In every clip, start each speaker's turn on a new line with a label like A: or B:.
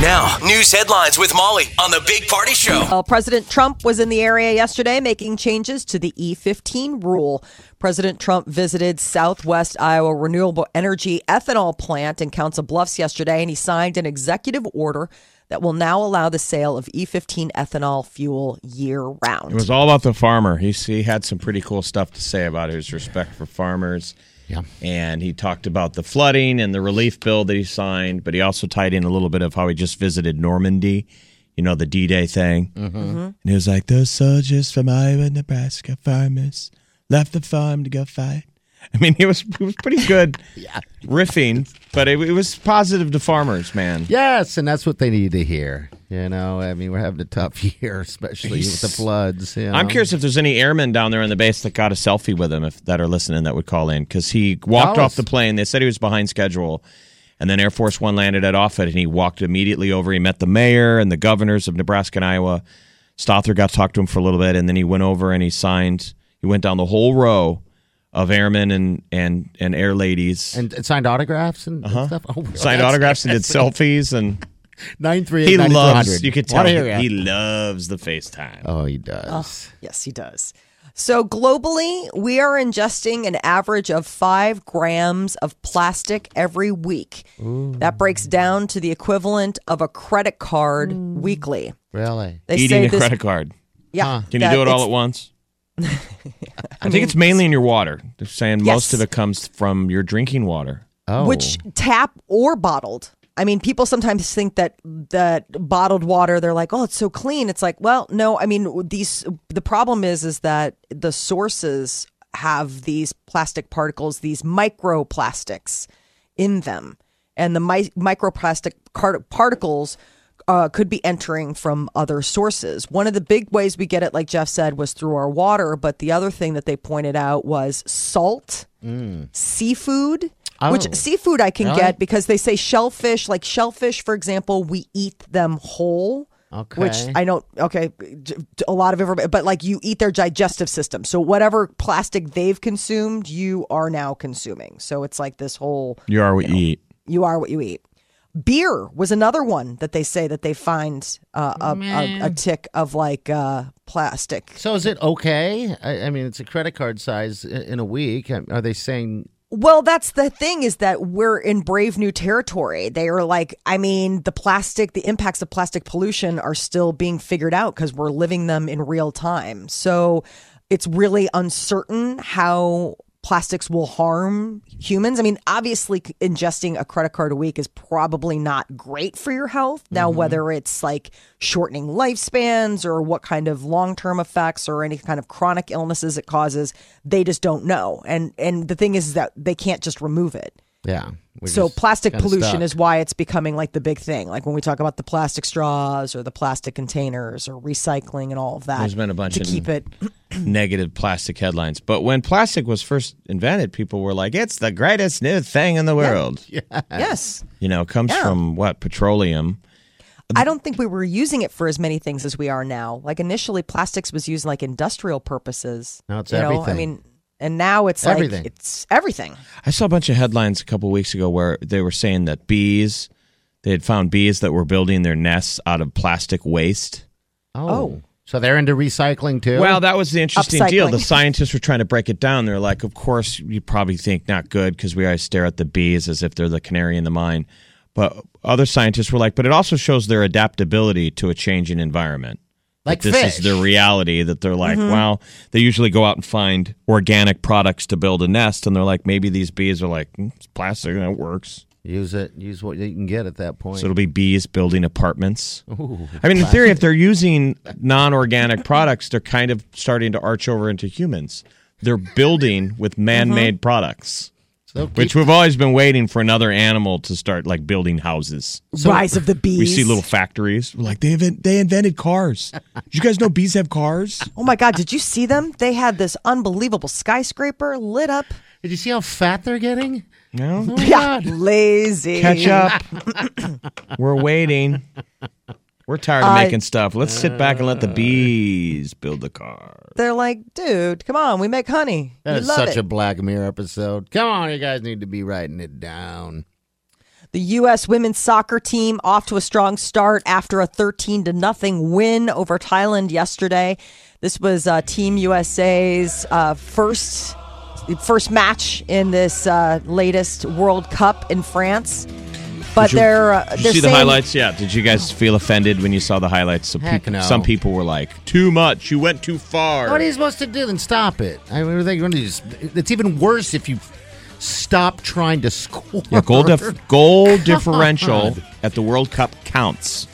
A: Now, news headlines with Molly on the Big Party Show.
B: Well, Uh, President Trump was in the area yesterday making changes to the E15 rule. President Trump visited Southwest Iowa Renewable Energy Ethanol Plant in Council Bluffs yesterday, and he signed an executive order that will now allow the sale of E15 ethanol fuel year round.
C: It was all about the farmer. He he had some pretty cool stuff to say about his respect for farmers.
D: Yeah.
C: And he talked about the flooding and the relief bill that he signed, but he also tied in a little bit of how he just visited Normandy, you know, the D Day thing. Mm-hmm. And he was like, Those soldiers from Iowa, Nebraska farmers left the farm to go fight. I mean, he was, he was pretty good yeah. riffing, but it, it was positive to farmers, man.
D: Yes, and that's what they need to hear. You know, I mean, we're having a tough year, especially with the floods. you
C: I'm
D: know.
C: curious if there's any airmen down there in the base that got a selfie with him, if that are listening, that would call in because he walked
D: Dallas.
C: off the plane. They said he was behind schedule, and then Air Force One landed at Offutt, and he walked immediately over. He met the mayor and the governors of Nebraska and Iowa. Stother got to talk to him for a little bit, and then he went over and he signed. He went down the whole row of airmen and and and air ladies.
D: And it signed autographs and stuff. Oh,
C: Uh-huh. Signed autographs and did selfies, and
D: Nine three eight.
C: he loves. You could tell
D: He,
C: he loves the FaceTime.
D: oh, he does.
B: Yes, he does. So, globally, we are ingesting an average of five grams of plastic every week. That breaks down to the equivalent of a credit card weekly.
D: Really?
B: They
C: Eating a credit card.
B: Yeah.
C: Can you
B: that
C: do it all
B: it's-
C: at once? I, think it's mainly in your water. They're saying most
B: Yes.
C: of it comes from your drinking water.
D: Oh,
B: Which tap or bottled? I mean, people sometimes think that that bottled water, they're like, "Oh, it's so clean." It's like, well, no. I mean, these the problem is is that the sources have these plastic particles, these microplastics in them, and the mi- microplastic car- particles uh, could be entering from other sources. One of the big ways we get it, like Jeff said, was through our water. But the other thing that they pointed out was salt, seafood,
D: Oh.
B: which seafood I can
D: Really?
B: get because they say shellfish, like shellfish, for example, we eat them whole. Which
D: Okay.
B: I don't, okay, j- a lot of information, but like you eat their digestive system. So whatever plastic they've consumed, you are now consuming. So it's like this whole
C: You are what you eat.
B: you are what you eat. Beer was another one that they say that they find uh, a, a, a tick of like uh, plastic.
D: So is it okay? I, I mean, it's a credit card size i- in a week. Um, Are they saying?
B: Well, that's the thing is that we're in brave new territory. They are like, I mean, the plastic, the impacts of plastic pollution are still being figured out because we're living them in real time. So it's really uncertain how plastics will harm humans. I mean, obviously, c- ingesting a credit card a week is probably not great for your health. Now,
C: Mm-hmm.
B: whether it's like shortening lifespans or what kind of long term effects or any kind of chronic illnesses it causes, they just don't know. And and the thing is that they can't just remove it.
D: Yeah. we're
B: So
D: just
B: plastic
D: kinda
B: pollution
D: stuck.
B: is why it's becoming like the big thing. Like when we talk about the plastic straws or the plastic containers or recycling and all of that.
C: There's been a bunch
B: to
C: of-
B: keep it.
C: Negative plastic headlines. But when plastic was first invented, people were like, it's the greatest new thing in the world.
B: yes.
C: You know, it comes
B: Yeah.
C: from what? Petroleum.
B: I don't think we were using it for as many things as we are now. Like initially, plastics was used like industrial purposes.
D: Now it's
B: you know? I
D: everything.
B: mean, and now it's
D: Everything.
B: like it's everything.
C: I saw a bunch of headlines a couple weeks ago where they were saying that bees, they had found bees that were building their nests out of plastic waste.
D: Oh.
B: Oh.
D: So they're into recycling too.
C: Well, that was the interesting
B: Upcycling.
C: deal. The scientists were trying to break it down. They're like, of course, you probably think not good because we always stare at the bees as if they're the canary in the mine. But other scientists were like, but it also shows their adaptability to a changing environment.
D: like
C: That this
D: fish.
C: is their reality that they're like, wow. They usually go out and find organic products to build a nest, and they're like, maybe these bees are like, "Mm, it's plastic, that works.
D: use it. Use what you can get at that point.
C: So it'll be bees building apartments. I mean, in theory, if they're using non organic products, they're kind of starting to arch over into humans. They're building with man made products.
D: It's So
C: Which
D: keep-
C: we've always been waiting for another animal to start like building houses.
B: Rise of the bees.
C: We see little factories. We're like they invent, they invented cars. Did you guys know bees have cars?
B: Oh my God, did you see them? They had this unbelievable skyscraper lit up.
D: did you see how fat they're getting?
C: No.
D: Oh my God.
B: Lazy.
C: Catch up. We're waiting. We're tired
B: Uh,
C: of making stuff. Let's sit back and let the bees build the car.
B: They're like, dude, come on, we make honey.
D: That
B: we
D: is
B: love it.
D: such a Black Mirror episode. Come on, you guys need to be writing it down.
B: The U.S. women's soccer team off to a strong start after a 13 to nothing win over Thailand yesterday. This was uh, Team USA's uh, first first match in this uh, latest World Cup in France. But they're uh,
C: Did you
B: they're
C: see the
B: saying-
C: highlights? Yeah. Did you guys feel offended when you saw the highlights? Some,
D: Heck
C: people,
D: no.
C: some people were like, too much. You went too far.
D: What are you supposed to do? Then stop it. I mean, what are they going to just? It's even worse if you stop trying to score.
C: Your goal, dif- goal differential at the World Cup counts.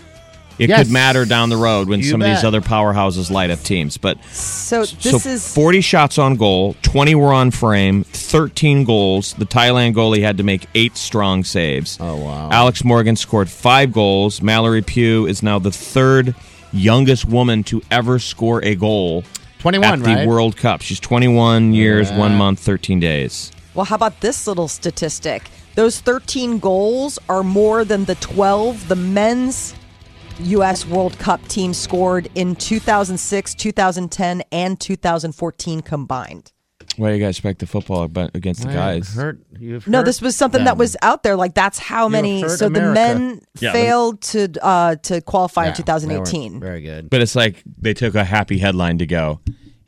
C: It
D: Yes.
C: could matter down the road when
D: You
C: some of these
D: bet.
C: other powerhouses light up teams. But
B: So this
C: so
B: is
C: 40 shots on goal, 20 were on frame, 13 goals. The Thailand goalie had to make eight strong saves.
D: Oh, wow.
C: Alex Morgan scored five goals. Mallory Pugh is now the third youngest woman to ever score a goal
D: 21,
C: at the
D: right?
C: World Cup. She's 21 years, one month, 13 days.
B: Well, how about this little statistic? Those 13 goals are more than the 12 the men's U.S. World Cup team scored in 2006, 2010, and 2014 combined.
C: Why do you guys expect the football ab- against the guys?
D: hurt. You've
B: No,
D: hurt
B: this was something that
D: them.
B: was out there. Like that's how many.
D: hurt
B: So the
D: America.
B: men
C: Yeah, the-
B: failed to uh, to qualify
D: Yeah,
B: in
D: they weren't
B: 2018.
D: Very good.
C: But it's like they took a happy headline to go,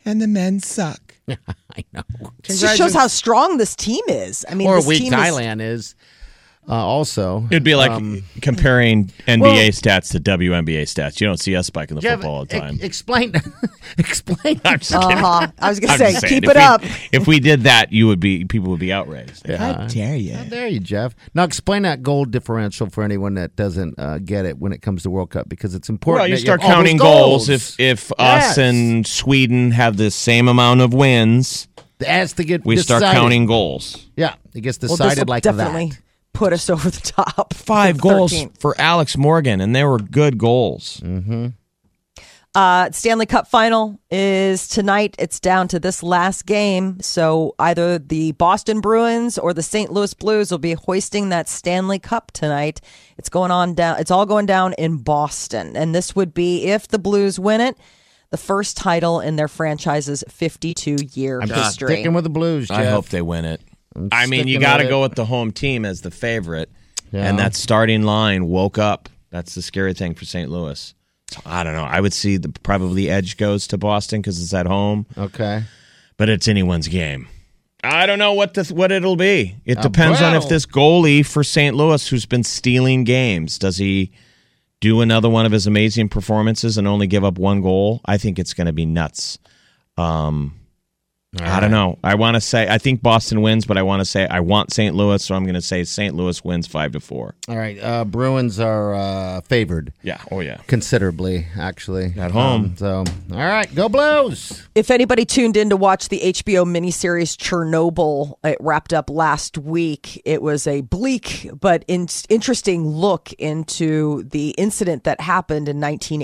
C: and the men suck.
D: I know.
B: It just shows how strong this team is. I mean,
D: or
B: this
D: weak
B: team is-
D: Thailand is, uh, also.
C: It'd be like comparing NBA
D: well-
C: stats to WNBA stats. You don't see us spiking the
D: Jeff,
C: football all the
D: e-
C: time.
D: explain. explain.
C: I'm just kidding.
B: Uh-huh. I was gonna
C: I'm just
B: say,
C: saying,
B: keep it
C: if we-
B: up.
C: If we did that, you would be people would be outraged. Like, How dare you?
D: How dare Oh, you, Jeff? Now explain that goal differential for anyone that doesn't uh, get it when it comes to World Cup because it's important.
C: Well, you
D: that
C: start
D: have all those
C: counting goals.
D: goals.
C: If if us
D: Yes.
C: and Sweden have the same amount of wins,
D: as to get
C: we start
D: decided.
C: counting goals.
D: Yeah, it gets
B: Well,
D: decided
B: this will
D: like
B: definitely
D: that.
B: put us over the top.
C: Five goals
B: 13.
C: for Alex Morgan, and they were good goals.
B: Uh, Stanley Cup final is tonight. It's down to this last game. So either the Boston Bruins or the St. Louis Blues will be hoisting that Stanley Cup tonight. It's going on down. It's all going down in Boston. And this would be if the Blues win it, the first title in their franchise's 52 year history.
D: Sticking with the Blues, Jeff.
C: I hope they win it. I mean, you
D: sticking
C: got to
D: with it.
C: go with the home team as the favorite,
D: Yeah.
C: and that starting line woke up. That's the scary thing for St. Louis. So I don't know. I would see the probably edge goes to Boston because it's at home,
D: Okay.
C: but it's anyone's game. I don't know what the, what it'll be. It
D: A
C: depends on if
D: battle.
C: this goalie for St. Louis, who's been stealing games, does he do another one of his amazing performances and only give up one goal? I think it's going to be nuts. Um, I don't know. I want to say I think Boston wins, but I want to say I want St. Louis, so I'm going to say St. Louis wins five to four.
D: All right. Uh, Bruins are uh, favored
C: Yeah. Oh yeah.
D: considerably, actually.
C: At home.
D: Um, so, all right. Go Blues.
B: If anybody tuned in to watch the HBO miniseries Chernobyl, it wrapped up last week. It was a bleak but in- interesting look into the incident that happened in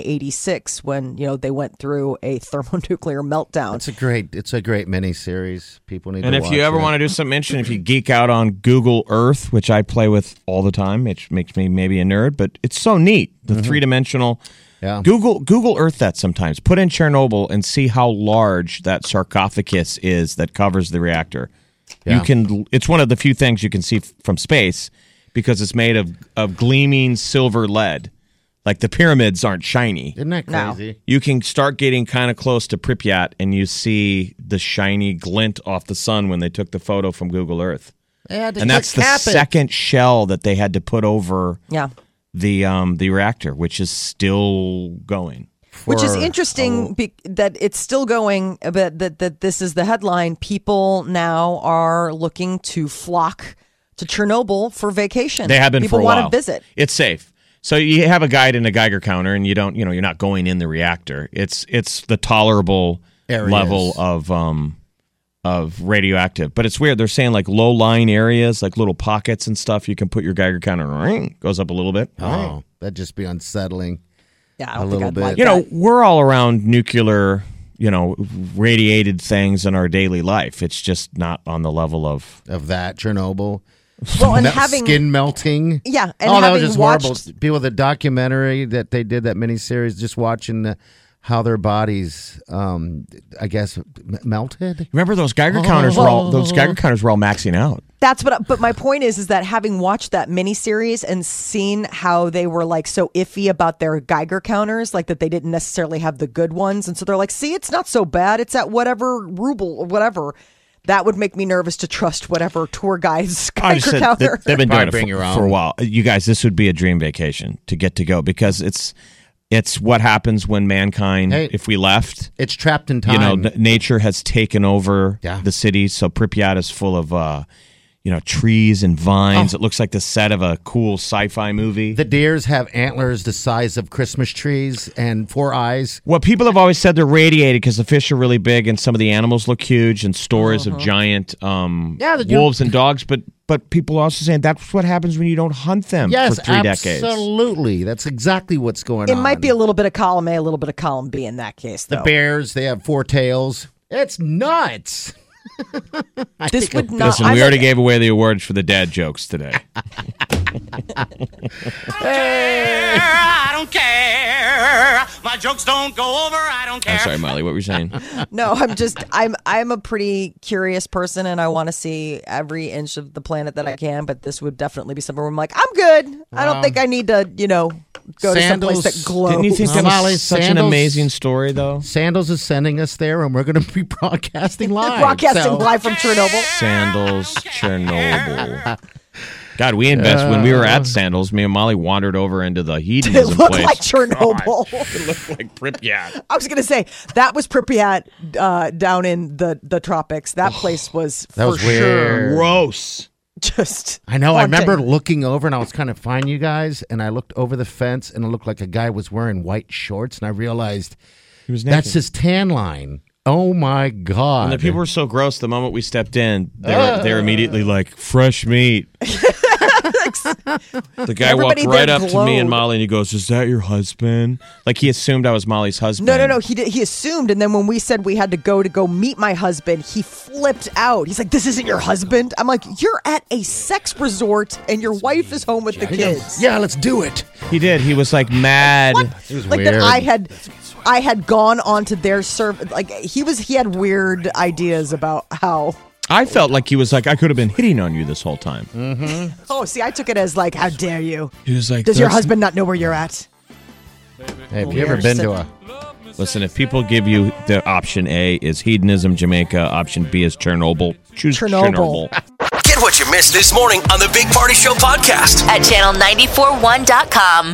B: 1986 when you know they went through a thermonuclear meltdown.
D: It's a great. It's a great miniseries. People need.
C: And
D: to
C: if you
D: watch
C: ever
D: it.
C: want to do something interesting, if you geek out on Google Earth, which I play with all the time, which makes me maybe a nerd, but it's so neat the three dimensional.
D: Mm-hmm. Yeah.
C: Google Google Earth that sometimes. Put in Chernobyl and see how large that sarcophagus is that covers the reactor.
D: Yeah.
C: You can. It's one of the few things you can see f- from space because it's made of of gleaming silver lead. Like the pyramids aren't shiny
D: isn't that
B: No.
D: crazy?
C: you can start getting kind of close to Pripyat and you see the shiny glint off the sun when they took the photo from Google Earth.
D: They had to
C: And that's the
D: click cap it.
C: second shell that they had to put over
B: yeah.
C: the um, the reactor, which is still going.
B: Which is
D: for-
B: interesting be- that it's still going, but that, that this is the headline. People now are looking to flock to Chernobyl for vacation.
C: They have been
B: People
C: for a
B: wanna
C: while.
B: visit.
C: It's safe. So you have a guide and a Geiger counter, and you don't, you know, you're not going in the reactor. It's it's the tolerable
D: Areas.
C: level of um of radioactive. But it's weird. They're saying like low lying areas, like little pockets and stuff, you can put your Geiger counter and ring goes up a little bit.
D: Oh, that'd just be unsettling.
B: Yeah, I
D: A
B: don't think
D: little
B: I'd
D: bit.
B: like
C: You know,
B: that.
C: we're all around nuclear, you know, radiated things in our daily life. It's just not on the level of
D: Of that Chernobyl.
B: Well, and
D: Mel-
B: having-
D: skin melting.
B: Yeah, and
D: oh, that was
B: having
D: just horrible.
B: watched-
D: People, the documentary that they did, that miniseries, just watching the, how their bodies, um, I guess, m- melted.
C: Remember those Geiger
B: Oh.
C: counters were all those Geiger counters were all maxing out.
B: That's what. I- But my point is, is that having watched that miniseries and seen how they were like so iffy about their Geiger counters, like that they didn't necessarily have the good ones, and so they're like, "See, it's not so bad. It's at whatever ruble or whatever." That would make me nervous to trust whatever tour guide's
C: I
B: Geiger
C: just said
B: counter.
C: that they've been
D: Probably
C: doing
D: bring
C: it
D: your
C: for, for a
D: own.
C: while. You guys, this would be a dream vacation to get to go because it's it's what happens when mankind,
D: Hey.
C: if we left,
D: It's trapped in time.
C: you know, n- nature has taken over
D: Yeah.
C: the city. So Pripyat is full of, uh, you know, trees and vines. It looks like the set of a cool sci-fi movie.
D: Oh. the deers have antlers the size of Christmas trees and four eyes.
C: Well, people have always said they're radiated because the fish are really big and some of the animals look huge and stories of giant um,
D: Yeah, that you-
C: wolves and dogs. But but people are also saying that's what happens when you don't hunt them
D: Yes,
C: for three decades.
D: absolutely. That's exactly what's going
B: it
D: on.
B: might be a little bit of column A, a little bit of column B in that case,
D: the
B: though.
D: bears. They have four tails. It's nuts.
B: this would not.
C: Listen,
B: I'm
C: we
B: like-
C: already gave away the awards for the dad jokes today.
E: I don't care. My jokes don't go over. I don't care.
C: I'm sorry, Molly. What were you saying?
B: No, I'm just I'm I'm a pretty curious person and I want to see every inch of the planet that I can, but this would definitely be somewhere where I'm like, I'm good. I don't think I need to, you know, go to
D: Sandals.
B: someplace that glows.
C: Didn't you think that
D: Molly,
C: was such an
D: sandals-
C: amazing story, though?
D: Sandals is sending us there, and we're going to be broadcasting live.
B: Broadcasting
D: so-
B: live from Chernobyl.
C: Sandals, Chernobyl. God, we invest when we were at Sandals. Me and Molly wandered over into the
B: It
C: hedonism
B: looked
C: place.
B: like Chernobyl.
C: like Pripyat.
B: I was gonna say that was Pripyat uh, down in the the tropics. That place was
D: That
B: for
D: was
B: sure
D: weird.
C: Gross.
B: just.
D: I know. I remember
B: haunting.
D: looking over, and I was kind of fine, you guys. And I looked over the fence, and it looked like a guy was wearing white shorts, and I realized
C: He was naked.
D: that's his tan line. Oh my god!
C: and the people were so gross. The moment we stepped in, they were, they were immediately like fresh meat. the guy
B: Everybody
C: walked right
B: there
C: up to me
B: glowed.
C: and Molly, and he goes, "Is that your husband?" Like he assumed I was Molly's husband.
B: No, no, no. He did, he assumed, and then when we said we had to go to go meet my husband, he flipped out. He's like, "This isn't your husband." I'm like, "You're at a sex resort, and your wife is home with the kids."
D: yeah, let's do it.
C: He did. He was like mad.
B: like that. I had, I had gone onto their serv Like he was, he had weird ideas about how.
C: I felt like he was like I could have been hitting on you this whole time.
B: Oh, see, I took it as like, "How dare you?
C: Mm. He was like,
B: Does your
C: "That's-
B: husband not know where you're at?"
D: Hey, have you ever been to a?
C: Listen, if people give you the option A is hedonism, Jamaica. Option B is Chernobyl. Choose
B: Chernobyl.
C: Chernobyl.
A: Get what you missed this morning on the Big Party Show podcast.
F: at channel941.com.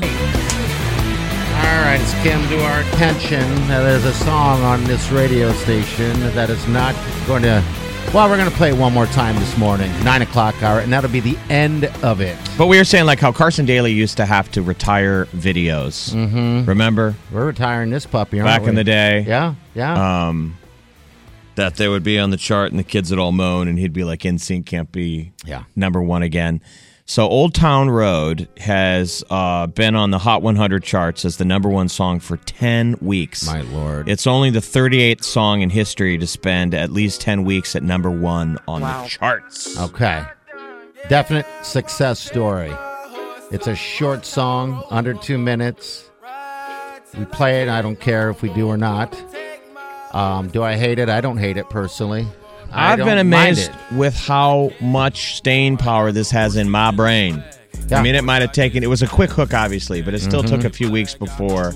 D: All right, it's Kim to our attention. Now, there's a song on this radio station that is not going to. Well, we're going to play it one more time this morning, nine o'clock hour, and that'll be the end of it.
C: But we were saying like how Carson Daly used to have to retire videos. Mm-hmm. Remember
D: We're retiring this puppy, aren't
C: back in
D: we?
C: the day Uh,
D: Yeah, yeah.
C: that they would be on the chart and the kids would all moan and he'd be like, "NSYNC can't be
D: Yeah.
C: number one again." So Old Town Road has uh, been on the Hot 100 charts as the number one song for 10 weeks.
D: My lord.
C: It's only the 38th song in history to spend at least 10 weeks at number one on the charts.
D: Okay. Definite success story. It's a short song, under two minutes. We play it. I don't care if we do or not. Um, do I hate it? I don't hate it personally. I
C: I've
D: don't
C: been
D: mind
C: amazed
D: it.
C: with how much staying power this has in my brain.
D: Yeah. Mm-hmm.
C: I mean, it might have taken, it was a quick hook, obviously, but it still took a few weeks before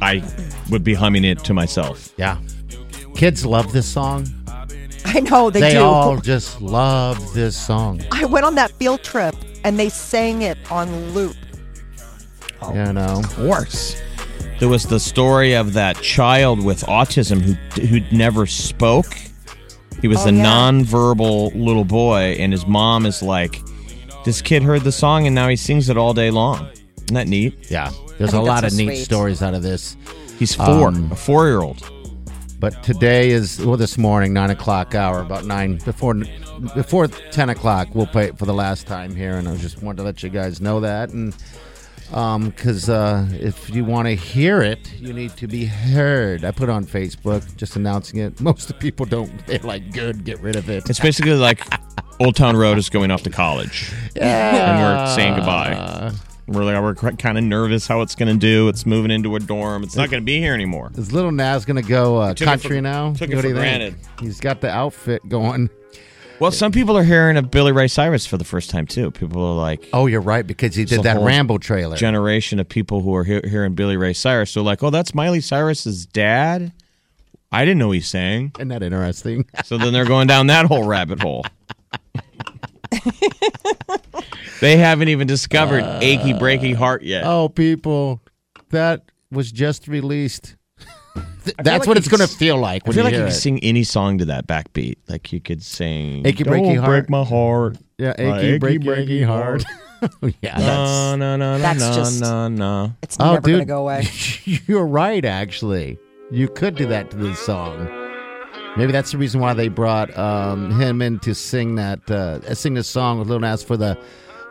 C: I would be humming it to myself.
D: Yeah. Kids love this song.
B: I know they,
D: They,
B: do.
D: all just love this song.
B: I went on that field trip, and they sang it on loop.
D: You know.
C: course. There was the story of that child with autism who who never spoke. He was
B: Oh,
C: the
B: yeah.
C: nonverbal little boy, and his mom is like, "This kid heard the song, and now he sings it all day long." Isn't that neat?
D: Yeah. There's
B: I
D: a
B: think
D: lot
B: that's
D: of
B: so
D: neat
B: sweet.
D: stories out of this.
C: He's four,
D: Um,
C: a four-year-old.
D: But today is well, this morning, nine o'clock hour, about nine before before ten o'clock. We'll play it for the last time here, and I just wanted to let you guys know that. And um, because uh, if you want to hear it, you need to be heard. I put it on Facebook, just announcing it. Most of the people don't. They're like, "Good, get rid of it."
C: It's basically like Old Town Road is going off to college. And we're saying goodbye. We're like, we're kind of nervous how it's going to do. It's moving into a dorm. It's not going to be here anymore.
D: Is little Nas gonna go uh,
C: took it
D: country
C: for-
D: now?
C: took it
D: What
C: for
D: do you think?
C: granted.
D: He's got the outfit going.
C: Well, some people are hearing of Billy Ray Cyrus for the first time too. People are like,
D: Oh, you're right because he
C: a
D: did that
C: whole
D: Rambo trailer.
C: generation of people who are he- hearing Billy Ray Cyrus. So like, oh, that's Miley Cyrus's dad. I didn't know he sang.
D: Isn't that interesting?
C: So then they're going down that whole rabbit hole. they haven't even discovered achy breaky heart yet.
D: Uh, Oh, people, that was just released. Th-
C: like
D: That's what
C: you
D: it's
C: could
D: going to
C: s-
D: feel like
C: I
D: when
C: feel
D: you
C: like you
D: hear
C: could
D: it.
C: sing any song to that backbeat. Like you could sing
D: Achy
C: Don't
D: breaky heart."
C: break my heart.
D: yeah,
C: My
D: achy, breaky, breaky heart. yeah,
C: No,
D: that's.
C: no, no, no,
B: that's just-
C: no, no, no.
B: It's
D: oh,
B: never
D: dude,
B: gonna go away.
D: you're right. Actually, you could do that to this song. Maybe that's the reason why they brought um, him in to sing that, uh, sing this song with Lil Nas for the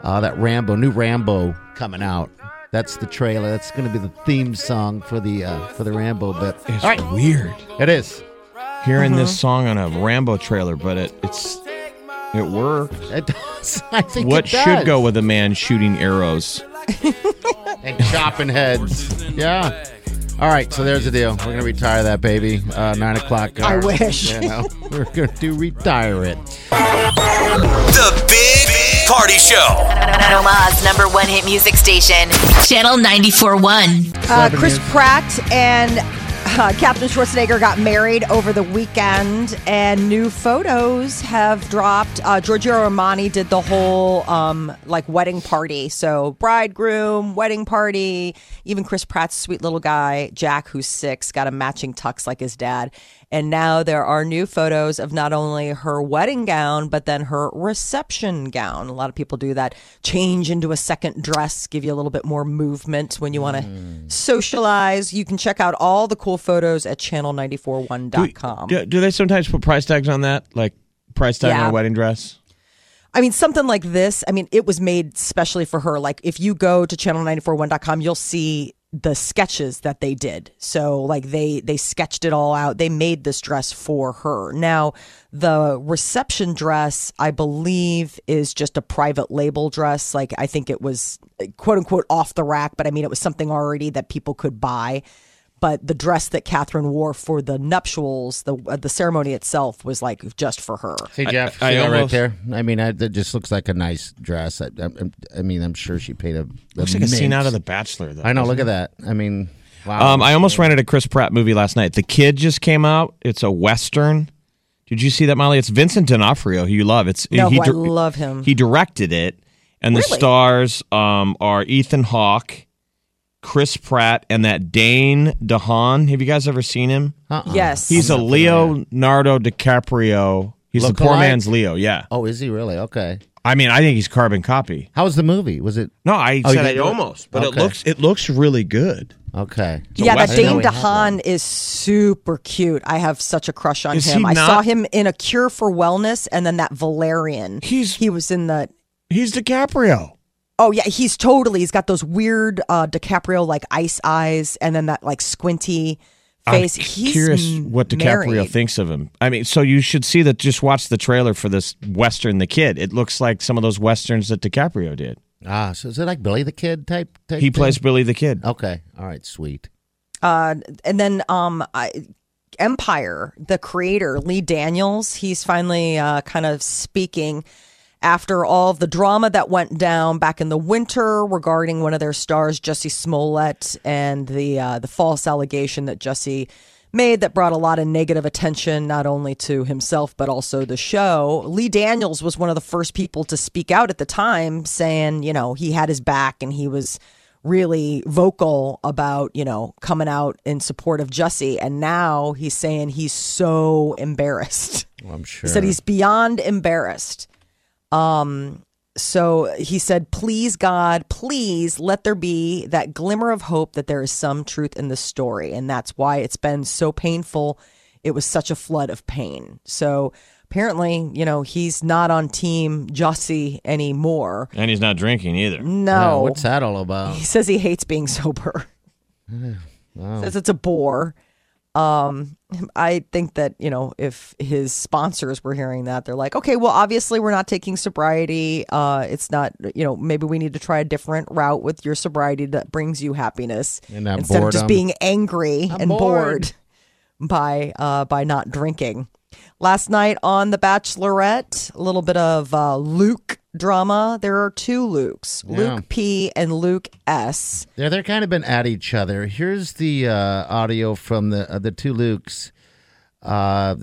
D: uh, that Rambo, new Rambo coming out. That's the trailer. That's going to be the theme song for the uh, for the Rambo. But
C: It's weird
D: it is.
C: hearing this song on a Rambo trailer, but it it's it works.
D: It does. I think
C: What
D: it does.
C: should go with a man shooting arrows?
D: and chopping heads. Yeah. All right, so there's the deal. We're gonna retire that baby. Uh, Nine o'clock.
B: I
D: hour.
B: wish.
D: You know, we're gonna do retire it.
A: The Big Party Show.
F: Omaha's number one hit music station. Channel 94.1.
B: Uh, Chris Pratt and uh, Captain Schwarzenegger got married over the weekend, and new photos have dropped. Uh, Giorgio Armani did the whole um, like wedding party, so bridegroom, wedding party. Even Chris Pratt's sweet little guy Jack, who's six, got a matching tux like his dad. And now there are new photos of not only her wedding gown, but then her reception gown. A lot of people do that. Change into a second dress, give you a little bit more movement when you want to socialize. You can check out all the cool photos at channel941.com.
C: Do, do they sometimes put price tags on that? Like price tag on
B: Yeah.
C: a wedding dress?
B: I mean, something like this, I mean, it was made specially for her. Like, if you go to channel941.com, you'll see the sketches that they did. So, like, they they sketched it all out. They made this dress for her. Now, the reception dress, I believe, is just a private label dress. Like, I think it was uh, quote unquote off the rack, but I mean, it was something already that people could buy. But the dress that Catherine wore for the nuptials, the uh, the ceremony itself, was like just for her.
D: See Jeff,
C: I- I
D: see that right
C: almost-
D: there. I mean, I, that just looks like a nice dress. I, I, I mean, I'm sure she paid a.
C: Looks like a scene out of The Bachelor, though.
D: I know. Look at that. I mean, wow.
C: Um, I almost rented a Chris Pratt movie last night. The Kid just came out. It's a western. Did you see that, Molly? It's Vincent D'Onofrio, who you love. It's
B: No,
C: he
B: who I love him.
C: He directed it, and the stars um, are Ethan Hawke, Chris Pratt, and that Dane DeHaan. Have you guys ever seen him?
D: Uh-uh.
B: Yes.
C: He's a
D: I'm not familiar.
C: Leonardo DiCaprio. He's the poor
D: Lookalike?
C: man's Leo. Yeah,
D: Oh, is he really? Okay.
C: I mean, I think he's carbon copy.
D: How was the movie? Was it
C: No, I
D: Oh, you
C: said
D: didn't
C: I
D: do it?
C: almost, but
D: Okay.
C: it looks it looks really good.
D: okay?
B: yeah, that
C: West- I didn't
B: Dane
D: know he had
B: DeHaan is super cute. I have such a crush on
C: Is
B: him.
C: he
B: I saw
C: not-
B: him in A Cure for Wellness and then that Valerian.
C: He's-
B: he was in the
C: He's DiCaprio.
B: Oh yeah, he's totally he's got those weird uh DiCaprio like ice eyes and then that like squinty face.
C: I'm
B: he's
C: curious what DiCaprio
B: married.
C: thinks of him. I mean, so you should see that. Just watch the trailer for this western, The Kid. It looks like some of those westerns that DiCaprio did.
D: Ah, so is it like Billy the Kid type? type
C: He
D: thing?
C: plays Billy the Kid.
D: Okay. All right. Sweet.
B: Uh and then um I Empire, the creator, Lee Daniels, he's finally uh, kind of speaking after all of the drama that went down back in the winter regarding one of their stars, Jesse Smollett, and the uh, the false allegation that Jesse made that brought a lot of negative attention not only to himself but also the show. Lee Daniels was one of the first people to speak out at the time, saying, you know, he had his back and he was really vocal about, you know, coming out in support of Jesse. And now he's saying he's so embarrassed.
D: I'm sure.
B: He said he's beyond embarrassed. Um, so he said, please, God, please let there be that glimmer of hope that there is some truth in this story. And that's why it's been so painful it was such a flood of pain. So apparently, you know, he's not on Team Jussie anymore.
C: And he's not drinking either.
B: No.
D: Oh, what's that all about?
B: He says he hates being sober. Says it's a bore. Um, I think that you know if his sponsors were hearing that, they're like, okay, well, obviously we're not taking sobriety. Uh, it's not you know maybe we need to try a different route with your sobriety that brings you happiness
D: And that
B: instead of just
D: boredom.
B: being angry and bored,
D: bored.
B: by uh, by not drinking. Last night on The Bachelorette, a little bit of uh, Luke drama. There are two Lukes,
D: Yeah.
B: Luke P and Luke S.
D: Yeah, they're kind of been at each other. Here's the uh, audio from the uh, the two Lukes. Uh,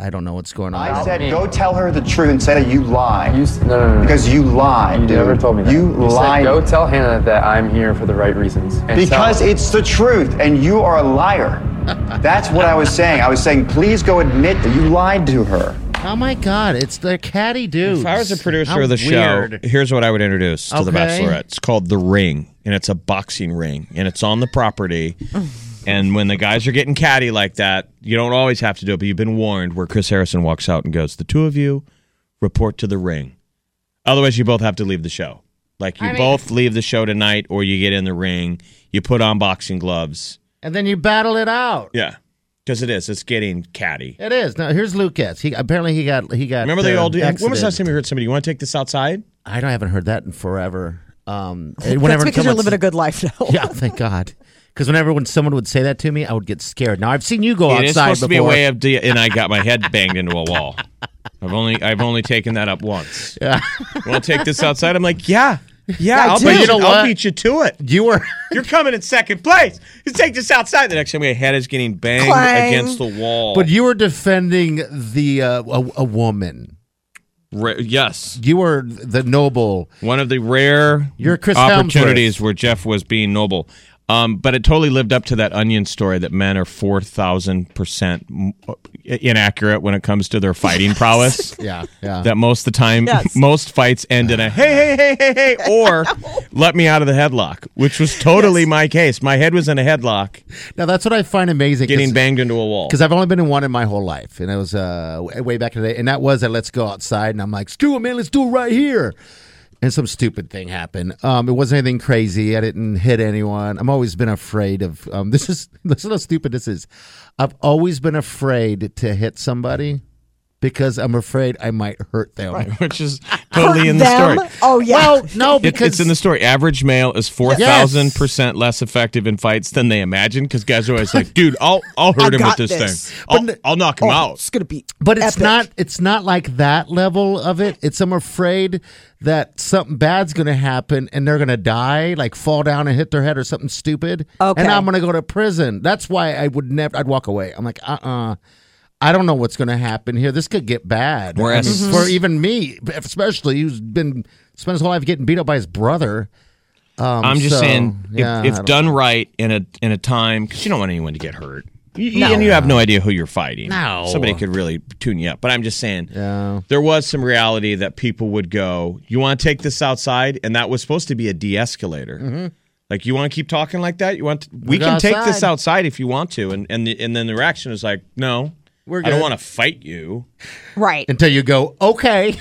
D: I don't know what's going on.
G: I said, go tell her the truth instead of you lie.
H: You s- no, no, no, no.
G: Because you lied.
H: You
G: dude.
H: never told me that.
G: You,
H: said,
G: lied.
H: Go tell Hannah that I'm here for the right reasons. And
G: because
H: tell-
G: it's the truth, and you are a liar. That's what I was saying. I was saying, please go admit that you lied to her.
D: Oh my God, it's the catty dude.
C: If I was a producer of the
D: weird.
C: show, here's what I would introduce to The
D: Okay.
C: Bachelorette. It's called The Ring, and it's a boxing ring, and it's on the property. and when the guys are getting catty like that, you don't always have to do it, but you've been warned where Chris Harrison walks out and goes, The two of you report to The Ring. Otherwise, you both have to leave the show. Like, you both leave the show tonight, or you get in the ring, you put on boxing gloves.
D: and then you battle it out.
C: Yeah. Because it is, it's getting catty.
D: It is. Now here's Lucas. He apparently he got he got.
C: Remember, they
D: uh,
C: all do. When was the
D: exited.
C: last time you heard somebody, you want to take this outside?
D: I don't I haven't heard that in forever. Um,
B: That's
D: whenever
B: because you're
D: someone-
B: living a good life now.
D: yeah, thank God. Because whenever when someone would say that to me, I would get scared. Now I've seen you go
C: It is
D: outside
C: supposed to
D: before.
C: be a way of, de- and I got my head banged into a wall. I've only I've only taken that up once. Yeah. Want to take this outside? I'm like, yeah, yeah. I'll,
D: do.
C: beat,
D: You know
C: I'll
D: what?
C: beat you to it.
D: you were.
C: You're coming in second place. Just take this outside. The next time my head is getting banged
B: Clang.
C: against the wall.
D: But you were defending the uh, a, a woman.
C: Ra- yes,
D: You were the noble.
C: one of the rare
D: You're Chris
C: opportunities
D: Hemsworth.
C: where Jeff was being noble. Um, but it totally lived up to that onion story that men are four thousand percent uh, inaccurate when it comes to their fighting prowess.
D: Yeah, yeah.
C: that most of the time
B: Uh, Yes.
C: most fights end in a hey hey hey hey hey or let me out of the headlock which was totally my case my head was in a headlock
D: now that's what I find amazing.
C: getting
D: cause,
C: banged into a wall
D: Because I've only been in one in my whole life, and it was uh, w- way back in the day, and that was a let's go outside, and I'm like, screw it, man, let's do it right here. And some stupid thing happened. Um, it wasn't anything crazy. I didn't hit anyone. I've always been afraid of. Um, this is this is how stupid this is. I've always been afraid to hit somebody because I'm afraid I might hurt them.
C: which is totally in the
B: Them?
C: story
B: Oh yeah.
D: Well, no,
C: It-
D: because
C: it's in the story. Average male is four thousand percent less effective in fights than they imagine. Because guys are always like, "Dude, I'll I'll hurt him
B: got
C: with this,
B: this."
C: thing. I'll, I'll knock him out."
B: Oh, It's gonna be
D: But it's
B: epic.
D: not it's not like that level of it. It's I'm afraid that something bad's gonna happen and they're gonna die, like fall down and hit their head or something stupid.
B: Okay.
D: And I'm gonna go to prison. That's why I would never I'd walk away. I'm like, uh uh I don't know what's going to happen here. This could get bad.
C: Whereas-
D: I mean, for even me, especially who's been spent his whole life getting beat up by his brother. Um,
C: I'm just
D: so,
C: saying, if,
D: yeah, I
C: if
D: don't-
C: done right in a in a time, because you don't want anyone to get hurt, You- you- and you have no idea who you're fighting.
D: No.
C: somebody could really tune you up. But I'm just saying,
D: Yeah.
C: there was some reality that people would go, "You want to take this outside?" And that was supposed to be a de-escalator. Like you want to keep talking like that? You want to, we
D: go
C: can take this
D: Mm-hmm. outside.
C: outside if you want to, and and the, and then the reaction is like, "No,
D: We're
C: I don't
D: good."
C: want to fight you."
B: right.
D: until you go okay.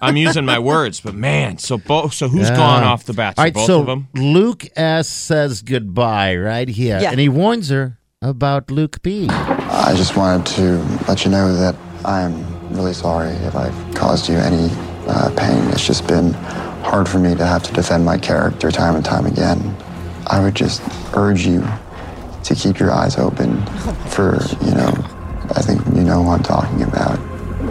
C: I'm using my words, but man, so both so who's gone off the bat?
D: All right,
C: both
D: Uh, so
C: of them.
D: Luke S says goodbye right here,
B: Yeah.
D: and he warns her about Luke B.
G: I just wanted to let you know that I'm really sorry if I've caused you any uh, pain. It's just been hard for me to have to defend my character time and time again. I would just urge you to keep your eyes open for, you know, I think you know who I'm talking about.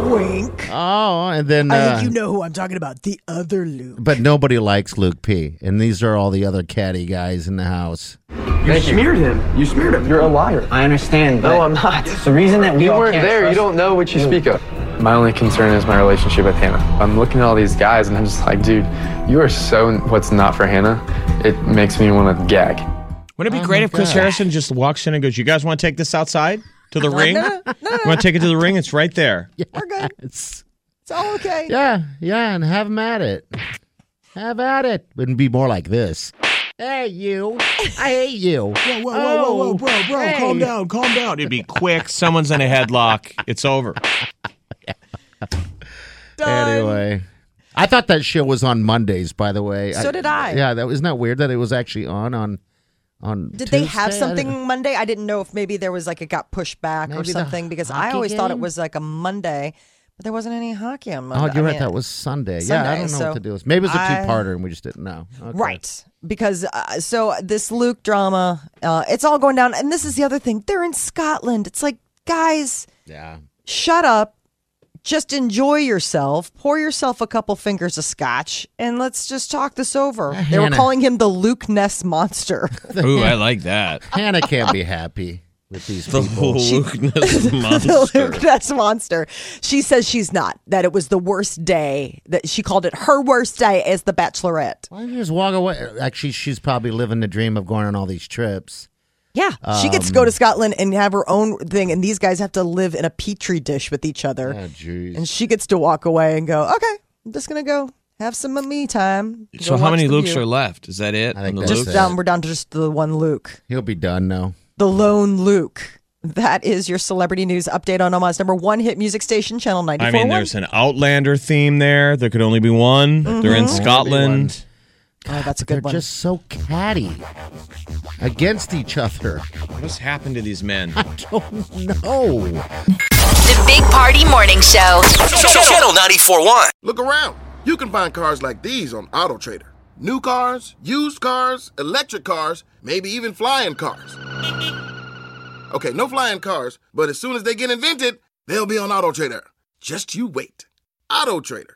B: Wink.
D: Oh, and then
B: I
D: uh,
B: think you know who I'm talking about. The other Luke.
D: but nobody likes Luke P. And these are all the other catty guys in the house.
H: you smeared him. You smeared him. You're a liar. I understand. No, I'm not. The reason that we you weren't there, you don't know what you speak of. My only concern is my relationship with Hannah. I'm looking at all these guys, and I'm just like, dude, you are so what's not for Hannah. It makes me want to gag.
C: Wouldn't it
D: Oh
C: be great if Chris Harrison just walks in and goes, "You guys want to take this outside to the ring? You want to take it to the ring? It's right there."
B: We're good.
D: It's
B: It's all okay.
D: yeah, yeah, and have 'em at it. Have at it. Wouldn't be more like this. Hey, you. I hate you.
C: Whoa, whoa, whoa, whoa, whoa, bro, bro, calm down, calm down. It'd be quick. Someone's in a headlock. It's over.
D: Anyway, I thought that show was on Mondays. By the way,
B: So did I.
D: Yeah, that isn't that weird that it was actually on on on.
B: Did they have something Monday? I didn't know if maybe there was like it got pushed back or
D: Maybe the
B: something because I
D: hockey
B: always thought it
D: game?
B: was like a Monday, but there wasn't any hockey on
D: Oh,
B: Monday.
D: you're
B: I
D: right.
B: mean,
D: That was Sunday. yeah, I
B: Sunday,
D: don't know
B: so
D: what to do. Maybe it was a
B: I-
D: two-parter and we just didn't know. Okay.
B: Right. Because uh, so this Luke drama, uh, it's all going down. And this is the other thing. They're in Scotland. It's like, guys,
D: Yeah.
B: shut up. Just enjoy yourself. Pour yourself a couple fingers of scotch and let's just talk this over. They were
D: Hannah.
B: calling him the Luke Ness monster.
C: Ooh, I like that.
D: Hannah can't be happy with these
C: The
D: people.
C: Lukeness
B: the
C: monster.
B: Luke Ness monster. She says she's not, that it was the worst day, that she called it her worst day as the bachelorette.
D: Why don't you just walk away? Actually, she's probably living the dream of going on all these trips.
B: Yeah. she gets to go to Scotland and have her own thing, and these guys have to live in a petri dish with each other.
D: Oh, jeez.
B: And she gets to walk away and go, okay, I'm just going to go have some of me time.
C: So
B: Go
C: how
B: watch
C: many
B: the
C: Lukes
B: view."
C: are left? Is that it?
D: I
C: On
D: think
C: the
D: that's
B: Just
C: Lukes?
D: it. um,
B: down, we're down to just the one Luke,
D: He'll be done now.
B: the lone Luke. That is your celebrity news update on Omaha's number one hit music station, Channel 94.
C: I mean, there's an Outlander theme there. There could only be one. They're in
D: Mm-hmm.
C: Scotland.
B: oh, that's a
D: They're
B: good one.
D: just so catty against each other.
C: What's happened to these men?
D: Don't know.
F: The Big Party Morning Show.
A: Channel 94.1.
I: Look around. You can find cars like these on AutoTrader. New cars, used cars, electric cars, maybe even flying cars. Okay, no flying cars, but as soon as they get invented, they'll be on AutoTrader. Just you wait. AutoTrader.